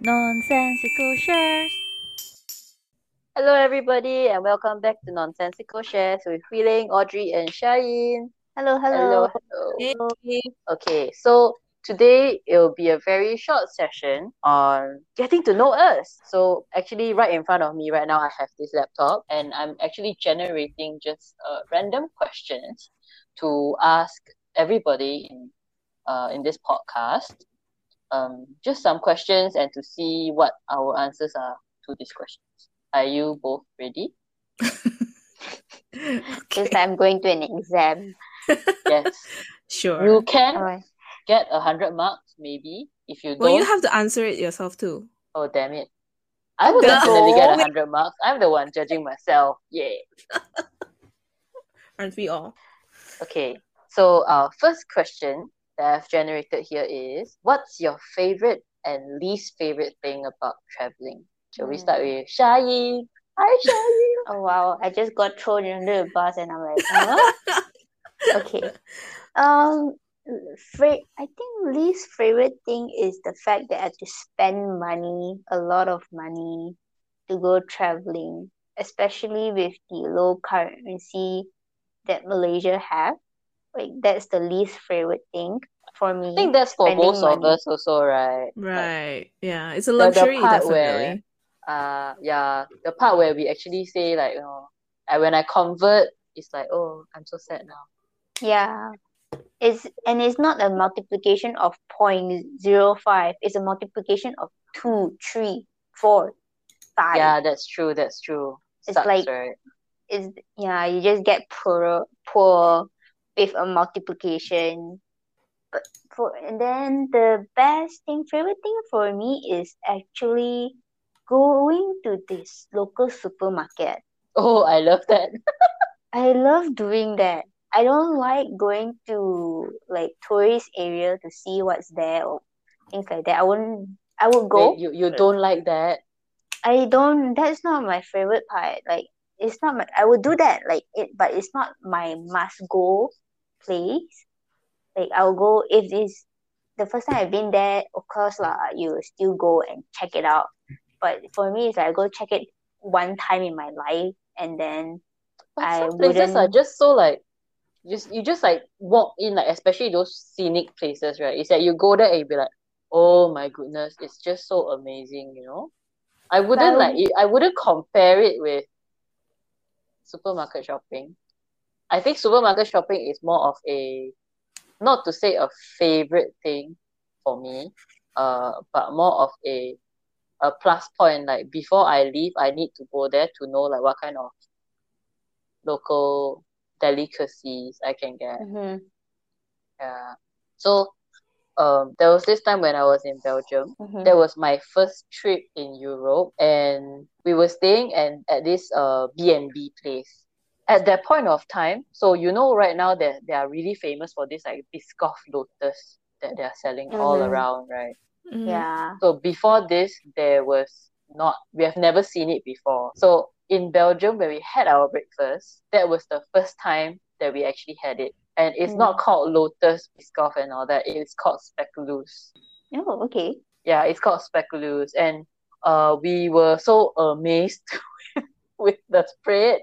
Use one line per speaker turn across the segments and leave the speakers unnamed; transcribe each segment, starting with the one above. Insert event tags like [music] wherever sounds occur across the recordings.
Nonsensical Shares. Hello, everybody, and welcome back to Nonsensical Shares with Huiling, Audrey, and Shine.
Hello, hello.
Hello, hello.
Hey,
Okay, so today it'll be a very short session on getting to know us. So, actually, right in front of me right now, I have this laptop and I'm actually generating just uh, random questions to ask everybody in, uh, in this podcast. Um, just some questions and to see what our answers are to these questions. Are you both ready? [laughs]
Since
okay.
I'm going to an exam.
Yes.
Sure.
you can
Alright.
get a hundred marks maybe if you
Well,
don't.
you have to answer it yourself too.
Oh damn it! I would
No.
definitely get a hundred marks. I'm the one judging myself. Yeah.
Aren't
[laughs]
we all?
Okay. So our first question that I've generated here is: What's your favorite and least favorite thing about traveling? Shall we
Hmm.
start with Shayi? Hi, Shayi.
Oh wow, I just got thrown under the bus and I'm like, huh? okay. Um fra- I think least favorite thing is the fact that I have to spend money, a lot of money to go traveling, especially with the low currency that Malaysia have. Like that's the least favorite thing for me.
I think that's for
Spending
most of
money.
us also, right? Like,
Right. Yeah. It's a
the
luxury,
part
definitely.
where- uh yeah the part where we actually say like you know I, when i convert it's like oh i'm so sad now
Yeah. It's and it's not a multiplication of 0.05. It's a multiplication of two, three, four, five.
yeah that's true that's true
It's
Sucks,
like-
right?
It's yeah, you just get poorer poor with a multiplication. But for and then the best thing, favorite thing for me is actually going to this local supermarket.
oh i love that
I love doing that. I don't like going to like tourist area to see what's there or things like that. I wouldn't I would
Wait,
go.
you you don't like that
I don't that's not my favorite part. Like it's not my I would do that like it but it's not my must go place. Like I'll go if it's the first time I've been there, of course lah, you will still go and check it out. But for me it's like I go check it one time in my life and then
but
I
some places are
wouldn't-
just so like just you just like walk in like especially those scenic places right it's like you go there and you be like oh my goodness it's just so amazing you know i wouldn't
Well-
like it- i wouldn't compare it with supermarket shopping i think supermarket shopping is more of a not to say a favorite thing for me uh but more of a a plus point like before i leave i need to go there to know like what kind of local delicacies i can get
Mhm.
yeah. So um there was this time when I was in Belgium.
Mhm.
That was my first trip in Europe and we were staying and at this uh B&B place. At that point of time, so you know right now that they are really famous for this like Biscoff lotus that they are selling all
Mhm.
around, right?
Mhm.
Yeah.
So before this, there was not, we have never seen it before. So in Belgium, when we had our breakfast, that was the first time that we actually had it. And it's not called lotus, biscoff, and all that. It's called speculoos.
Oh, okay.
Yeah, it's called speculoos. And uh, we were so amazed [laughs] with the spread.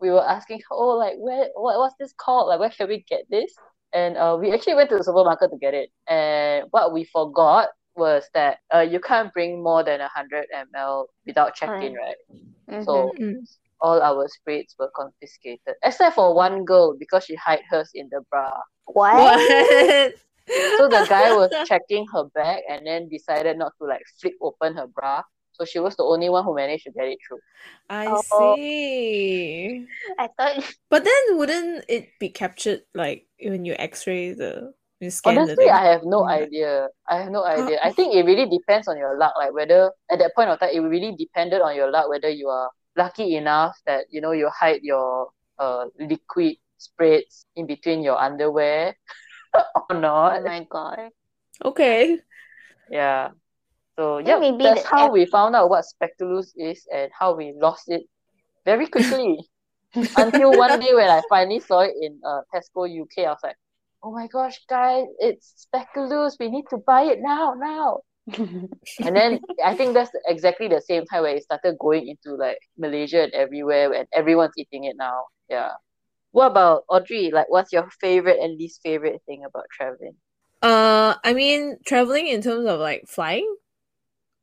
We were asking, oh, like, where, what, what's this called? Like, where can we get this? And uh, we actually went to the supermarket to get it. And what we forgot was that uh, you can't bring more than 100 ml without check-in, right?
Mm-hmm.
So
Mhm.
all our sprays were confiscated, except for one girl because she hid hers in the bra.
what?
[laughs] What?
[laughs] So the guy was checking her bag and then decided not to like flip open her bra. So she was the only one who managed to get it through.
[laughs] I
Oh.
see.
[laughs] I thought
But then wouldn't it be captured like when you x-ray the you scan the
Honestly,
thing?
I have no
Yeah.
idea. I have no idea. I think it really depends on your luck. Like whether at that point of time, it really depended on your luck whether you are lucky enough that you know you hide your uh liquid sprays in between your underwear [laughs] or
oh
not.
my [laughs] god.
Okay.
Yeah. So
think
yeah,
maybe
that's
the
how
app-
we found out what Speculus is and how we lost it very quickly.
[laughs]
Until one day when I finally saw it in uh, Tesco UK, I was like, "Oh my gosh, guys, it's Speculus! We need to buy it now, now!"
[laughs]
And then I think that's exactly the same time where it started going into like Malaysia and everywhere and everyone's eating it now. Yeah. What about Audrey? Like what's your favorite and least favorite thing about traveling?
[laughs] Uh, I mean, traveling in terms of like flying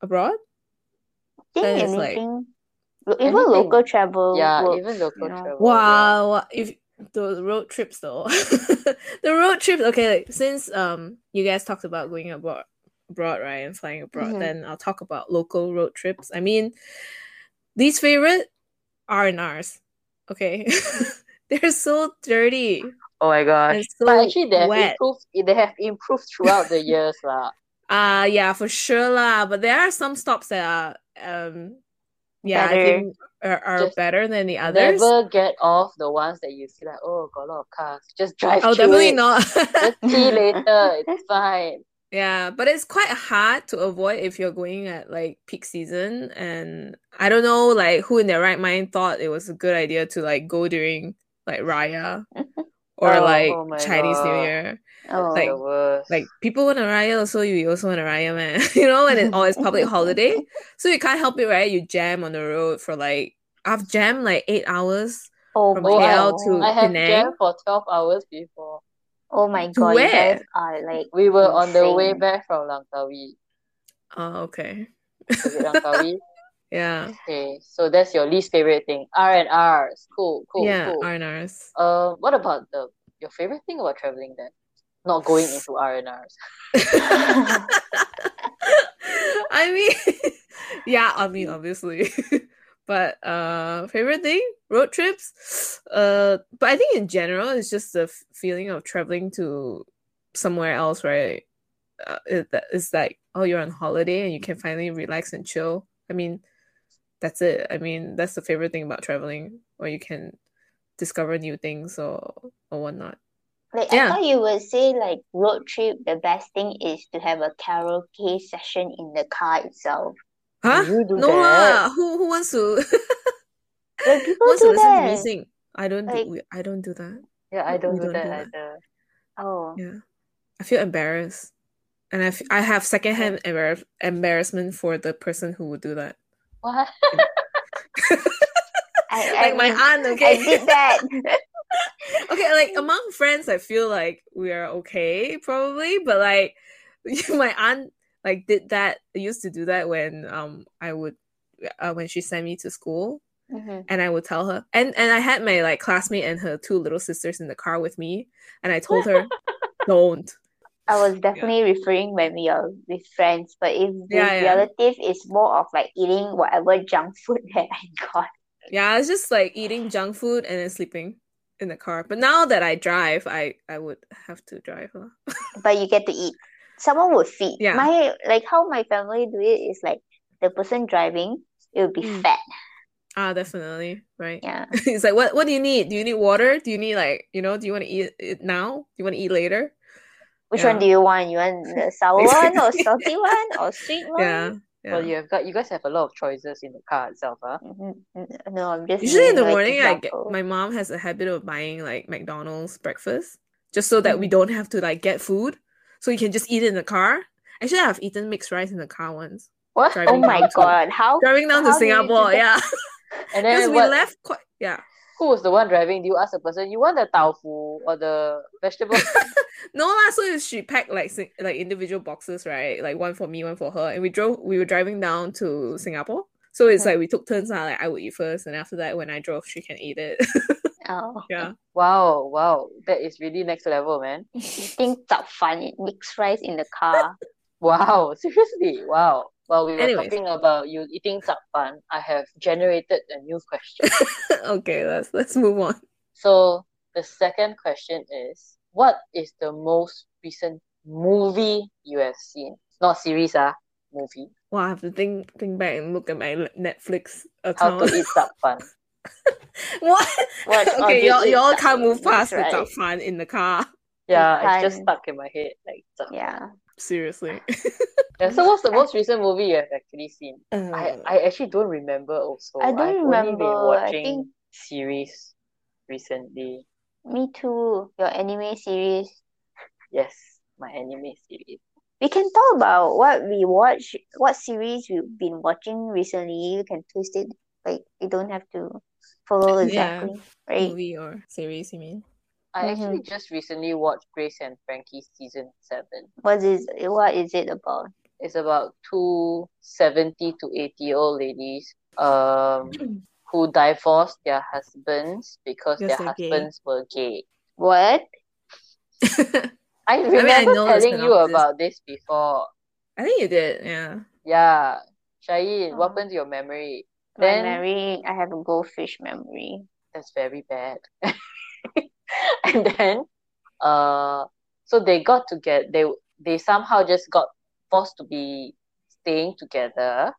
abroad.
think
That is, like,
anything, even
anything.
local travel.
yeah,
works,
even local
Oh, you know.
travel. yeah.
Wow, if the road trips though, [laughs] the road trips. Okay, like, since um you guys talked about going abroad, abroad right, and flying abroad,
Mm-hmm.
Mhm.
then I'll talk about local road trips. I mean, these favorite R and R's. Okay, [laughs] they're so dirty
Oh my gosh.
and so
but actually they have
wet.
improved they have improved throughout the years lah.
Uh yeah, for sure lah. But there are some stops that are um yeah, I
Better.
think are, [laughs] are
Just
better than the others.
Never get off the ones that you see like, oh got a lot of cars. Just drive
oh,
through
definitely
it.
not. [laughs]
Just see later. It's fine.
Yeah, but it's quite hard to avoid if you're going at like peak season. And I don't know, like, who in their right mind thought it was a good idea to like go during
[laughs]
like Raya or
Oh,
like
oh my
Chinese New
God.
Year.
Oh,
It's
Like-
the worst.
Like, people want a Raya, so you also want a Raya, man. [laughs] You know, and it's always public
[laughs]
holiday. So you can't help it, right? You jam on the road for like, I've jammed like eight hours.
oh,
from
my
KL
God.
to-
I have
Penang.
jammed for 12 hours before.
Oh my
To
god, you guys
where?
are like
We were on the way
Insane.
back from Langkawi.
Oh, okay.
Is it Langkawi?
[laughs] Yeah.
okay, so that's your least favorite thing. R and R's. Cool, cool,
Yeah,
cool.
R&Rs.
Uh, what about the your favorite thing about traveling then? Not going into R and R's.
I mean, [laughs] yeah, I mean, obviously. [laughs] But uh, favorite thing, road trips. Uh, but I think in general, it's just the f- feeling of traveling to somewhere else, right? Uh, it, that- it's like, oh, you're on holiday and you can finally relax and chill. I mean, that's it. I mean, that's the favorite thing about traveling, where you can discover new things or or whatnot.
Like I
Yeah.
thought you would say like road trip the best thing is to have a karaoke session in the car itself.
Huh?
You do
No
that.
lah. Who who wants to?
Like people
wants to
do
listen to
that.
me sing. I don't do
Like-
we- I don't do that.
Yeah, I
We-
don't
we
do
don't
that
do that.
either.
[laughs]
Oh.
Yeah, I feel embarrassed, and I, f- I have secondhand embar- embarrassment for the person who would do that.
What?
I, I
Like my
mean,
aunt,
I
okay,
did
[laughs]
that.
okay.
[laughs]
Like among friends, I feel like we are okay, probably, but like [laughs] my aunt like did that used to do that when um I would uh, when she sent me to school
Mhm.
and I would tell her. And and I had my like classmate and her two little sisters in the car with me, and I told
[laughs]
her, "Don't."
I
[laughs]
was definitely referring when we are with friends, but if with
Yeah, yeah.
relative it's more of like eating whatever junk food [laughs] that I got.
Yeah, it's just like eating junk food and then sleeping in the car. But now that I drive, I I would have to drive. Huh?
but you get to eat. Someone would feed.
Yeah.
My like how my family do it is like the person driving, it will be
Mm.
fat.
Ah, definitely, right?
Yeah.
[laughs] It's like what what do you need? Do you need water? Do you need like you know? Do you want to eat it now? Do you want to eat later?
Which
Yeah.
one do you want? You want
[laughs]
the sour one or
Exactly.
salty one or sweet one?
Yeah, yeah.
Well, you have got you guys have a lot of choices in the car itself, huh?
Mhm. N- No, I'm just
Usually
giving
in
you
the
an
morning, I get
example.
my mom has a habit of buying like McDonald's breakfast just so
Mm-hmm.
that we don't have to like get food, so you can just eat it in the car. Actually, I've eaten mixed rice in the car once,
What?
Oh
driving
my
down to
god, how
driving down to
Oh, How do you do
Singapore.
that?
Yeah, [laughs]
And
because
then
we
what?
left quite yeah.
Who was the one driving? Do you ask the person you want the tofu or the
[laughs]
vegetable?
No lah, so if she packed like sing- like individual boxes, right? Like one for me, one for her, and we drove. We were driving down to Singapore, so it's
Mhm.
like we took turns. Lah, like I would eat first, and after that, when I drove, she can eat it. [laughs]
oh, [laughs]
yeah, [laughs]
Wow, wow, that is really next level, man.
eating top fun mixed rice in the car.
Wow, [laughs] seriously, wow. Well, we were
Anyways.
talking about you eating fun. I have generated a new question. [laughs]
okay. Let's let's move on.
so the second question is, what is the most recent movie you have seen? Not series, ah, movie.
Wow, I have to think think back and look at my Netflix
How
account.
to eat
[laughs]
fun.
what?
[laughs] What or
[laughs] okay,
did
y'all
you
y'all
eat
can't move
duck
past
mixed
without
rice?
fun in the car. [laughs]
Yeah, it's just
Fun.
stuck in my head. Like, zap.
[laughs] Yeah.
Seriously.
yeah. So, what's the most recent movie you have actually seen? I,
[laughs] Uh,
I actually don't remember also.
I don't
have only been
remember. I
watching
think-
series recently.
Me too. Your anime series.
Yes, my anime series.
we can talk about what we watch, what series we've been watching recently. You can twist it like you don't have to follow
Yeah.
exactly, right?
Movie or series, you mean? [laughs]
I actually just recently watched Grace and Frankie season seven.
What is what is it about?
It's about two 70 to 80 year old ladies um, who divorced their husbands because
Because
their
they're gay.
husbands were gay.
What?
I
mean, I
remember
know the
telling you
synopsis.
about this before.
I think you did, yeah. [laughs]
Yeah. Shayin,
Oh.
what happened to your memory?
My
Then-
memory, I have a goldfish memory.
That's very bad. [laughs] and then uh so they got together they they somehow just got forced to be staying together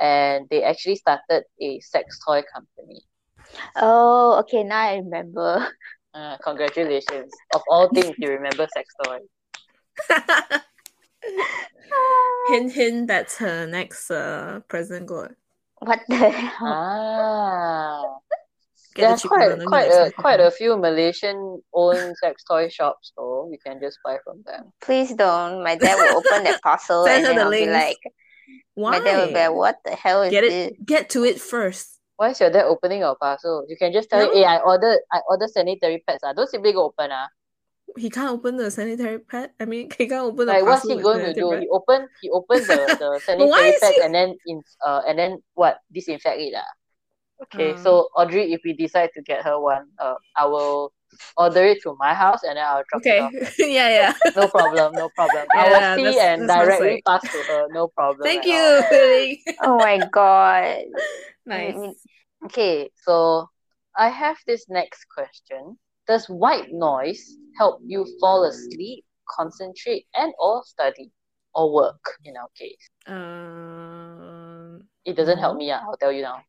and they actually started a sex toy company.
Oh, okay, now I remember.
Uh, congratulations. Of all things you remember sex
[laughs]
toy.
hint, hint, that's her next uh, present goal.
[laughs] What the
Uh,
hell?
Ah.
Oh. Get the
There's
chicken
quite
banana
quite
next
a
time.
quite a few Malaysian owned sex toy shops though. You can just buy from them.
Please don't. My dad will open that parcel
[laughs] Send
and then
her the
I'll be like,
links.
my dad will be
Why?
like, what the hell is
Get
this?
it, get to it first.
Why is your dad opening your parcel? You can just tell him,
No.
hey, I ordered I ordered sanitary pads. Ah, don't simply go open ah.
He can't open the sanitary pad. I mean, [laughs] he can't open the
Like what's he
parcel with
going to do? He
sanitary pad.
open he opened the,
[laughs]
the sanitary
why is
pads
he-
and then in uh and then what? Disinfect it ah. Okay,
Ah.
so Audrey, if we decide to get her one, uh, I will order it to my house and then I'll drop it
Okay.
off. [laughs]
[laughs] yeah, yeah.
No problem, no problem. I
[laughs] Yeah,
will see
that's-
and
that sounds
directly
like-
pass to her. No problem.
Thank
at all.
you. [laughs] Lily.
Oh my god.
nice.
Okay, so I have this next question. Does white noise help you fall asleep, concentrate, and or study or work in our case?
Um, [laughs]
It doesn't help me, ah, I'll tell you now.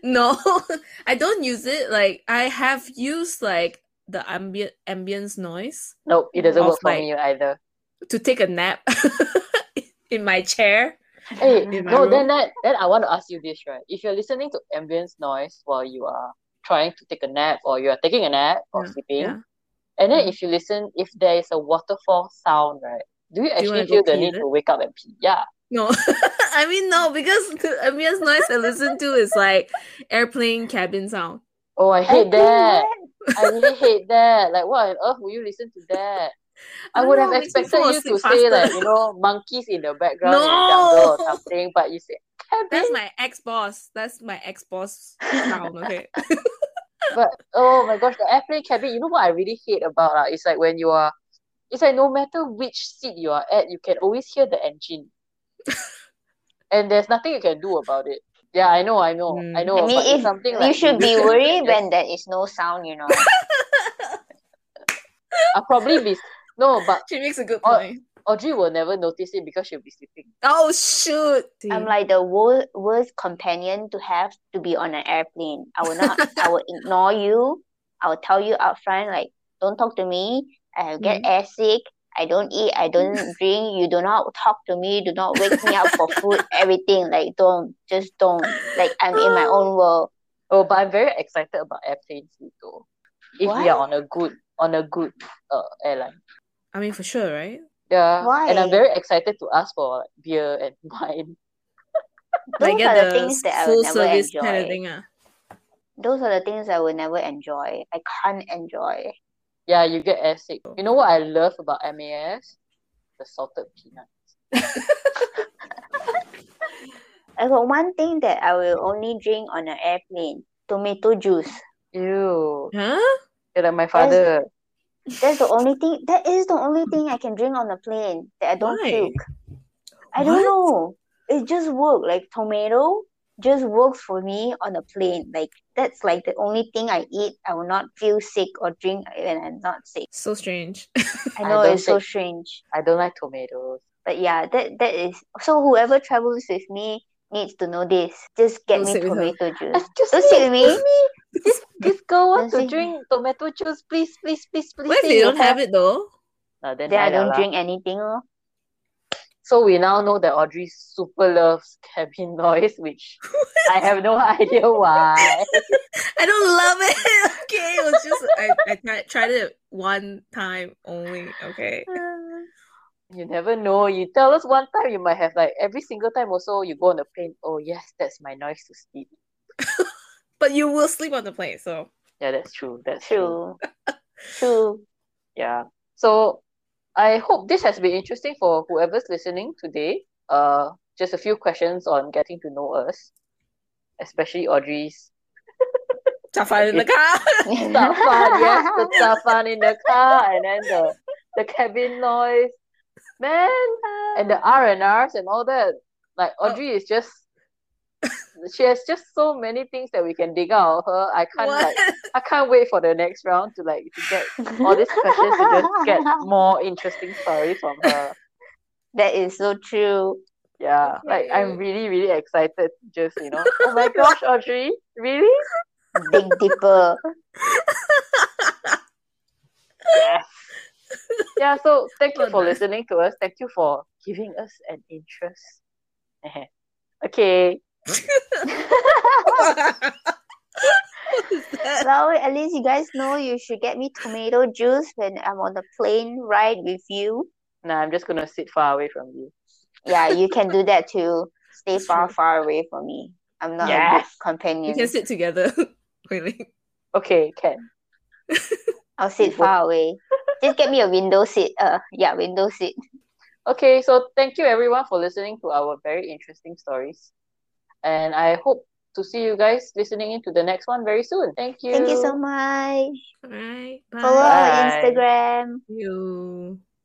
no, [laughs] I don't use it. Like I have used like the ambient ambience noise
Nope, it doesn't work
Of
for
like-
me
[laughs]
either.
to take a nap [laughs] in my chair.
Hey,
In my
no,
room.
then that then I want to ask you this, right? If you're listening to ambience noise while you are trying to take a nap or you are taking a nap or
Yeah,
sleeping,
yeah.
and then
Mhm.
if you listen, if there is a waterfall sound, right? Do you
wanna
actually
go
feel the
pee,
need
is
to
it?
wake up and pee? Yeah.
No, [laughs] I mean no, because the ambience noise I listen to is like airplane cabin sound.
Oh, I hate
think
that. I really hate that. Like, what on earth would you listen to that? I
don't
would
know,
have
it makes me
expected
fall
you to
asleep
say
faster.
like, you know, monkeys in the background in the jungle or
No!
something, but you say cabin.
That's my ex boss. That's my ex boss sound. Okay.
Oh my gosh, the airplane cabin. You know what I really hate about uh, It's like when you are, it's like no matter which seat you are at, you can always hear the
[laughs]
engine, and there's nothing you can do about it. Yeah, I know, I know, I
Mm.
know.
I mean,
but
if
it's Oh, something
you
like
should
[laughs]
be
can
worried
just-
when there is no sound, you know.
I'll probably be no, but
[laughs] She makes a good
Oh.
point.
Audrey will never notice it because she'll be sleeping.
Oh shoot!
[laughs]
I'm like the worst, worst companion to have to be on an airplane. I will not. I will ignore you. I will tell you up front, like, don't talk to me. I will
Mm.
get airsick. I don't eat. I
[laughs]
don't drink. You do not talk to me. Do not wake me up for food. Everything. Like, don't. Just don't. Like, I'm in
[gasps]
my own world.
Oh, but I'm very excited about airplane food though. If we are on a good on a good uh airline.
I mean, for sure, right?
Yeah. And I'm
Why?
very excited to ask for like, beer and [laughs] wine.
Those
Like get
are the things that I will
full
never
service
enjoy.
kind of thing. Ah,
Those are the things I will never enjoy. I can't enjoy.
Yeah, you get air sick. You know what I love about MAS? The salted peanut.
I got one thing that I will only drink on an airplane: tomato juice.
Ew.
Huh?
You're like my father.
That's the only thing. That is the only thing I can drink on the plane that I don't
Why?
puke. I don't
What?
know. It just works. Like tomato just works for me on a plane. Like that's like the only thing I eat. I will not feel sick or drink when I'm not sick.
So strange.
I
I
know
don't
it's so
think-
strange,
I don't like tomatoes.
but yeah, that that is. So whoever travels with me needs to know this. Just get
Don't
me
sit with her.
tomato
[laughs]
juice.
Excuse
Don't sit with me.
This this girl wants
Don't
to
sit-
drink tomato juice. Please, please, please, please.
what if
say
you
you
don't have it though?
No, then
Then I
die liao
don't
lah.
drink anything. oh. lor.
So we now know that Audrey super loves cabin [laughs] noise, which I have no [laughs] idea why.
I don't love it. [laughs] Okay, it was just I, I tri- tried it one time only. Okay.
You never know. You tell us one time, you might have like every single time also you go on the plane. Oh yes, that's my noise to sleep.
But you will sleep on the plane, so
Yeah, that's true. That's true.
True.
[laughs]
True.
Yeah. So I hope this has been interesting for whoever's listening today. Uh, just a few questions on getting to know us, especially Audrey's
Jafar in the car. [laughs]
stuff fun. Yes, the stuff fun in the car, and then the the cabin noise, man, and the R and R's and all that. Like
Oh.
Audrey is just. She has just so many things that we can dig out of her. I can't
What?
like I can't wait for the next round to like to get
[laughs]
all these questions to just
[laughs]
get more interesting stories from her.
That is so true.
Yeah, like I'm
Okay.
really, really excited. to Just you know, oh my gosh, Audrey, really?
Dig deeper.
Yes. Yeah. So thank you
Oh,
for
nice.
listening to us. Thank you for giving us an interest. [laughs] okay.
What is that?
[laughs] Well, at least you guys know you should get me tomato juice when I'm on the plane ride with you.
Now I'm just gonna sit far away from you.
Yeah, you can do that too. Stay
That's
far,
true.
far away from me. I'm not a good
Yes.
We
companion.
can sit together. [laughs] really?
Okay, can.
I'll sit far away. Just get me a window seat. Uh, yeah, window seat.
Okay, so thank you everyone for listening to our very interesting stories. And I hope to see you guys listening into the next one very soon. Thank you.
Thank you so much.
All right. Bye.
Follow our
Bye.
Instagram.
you.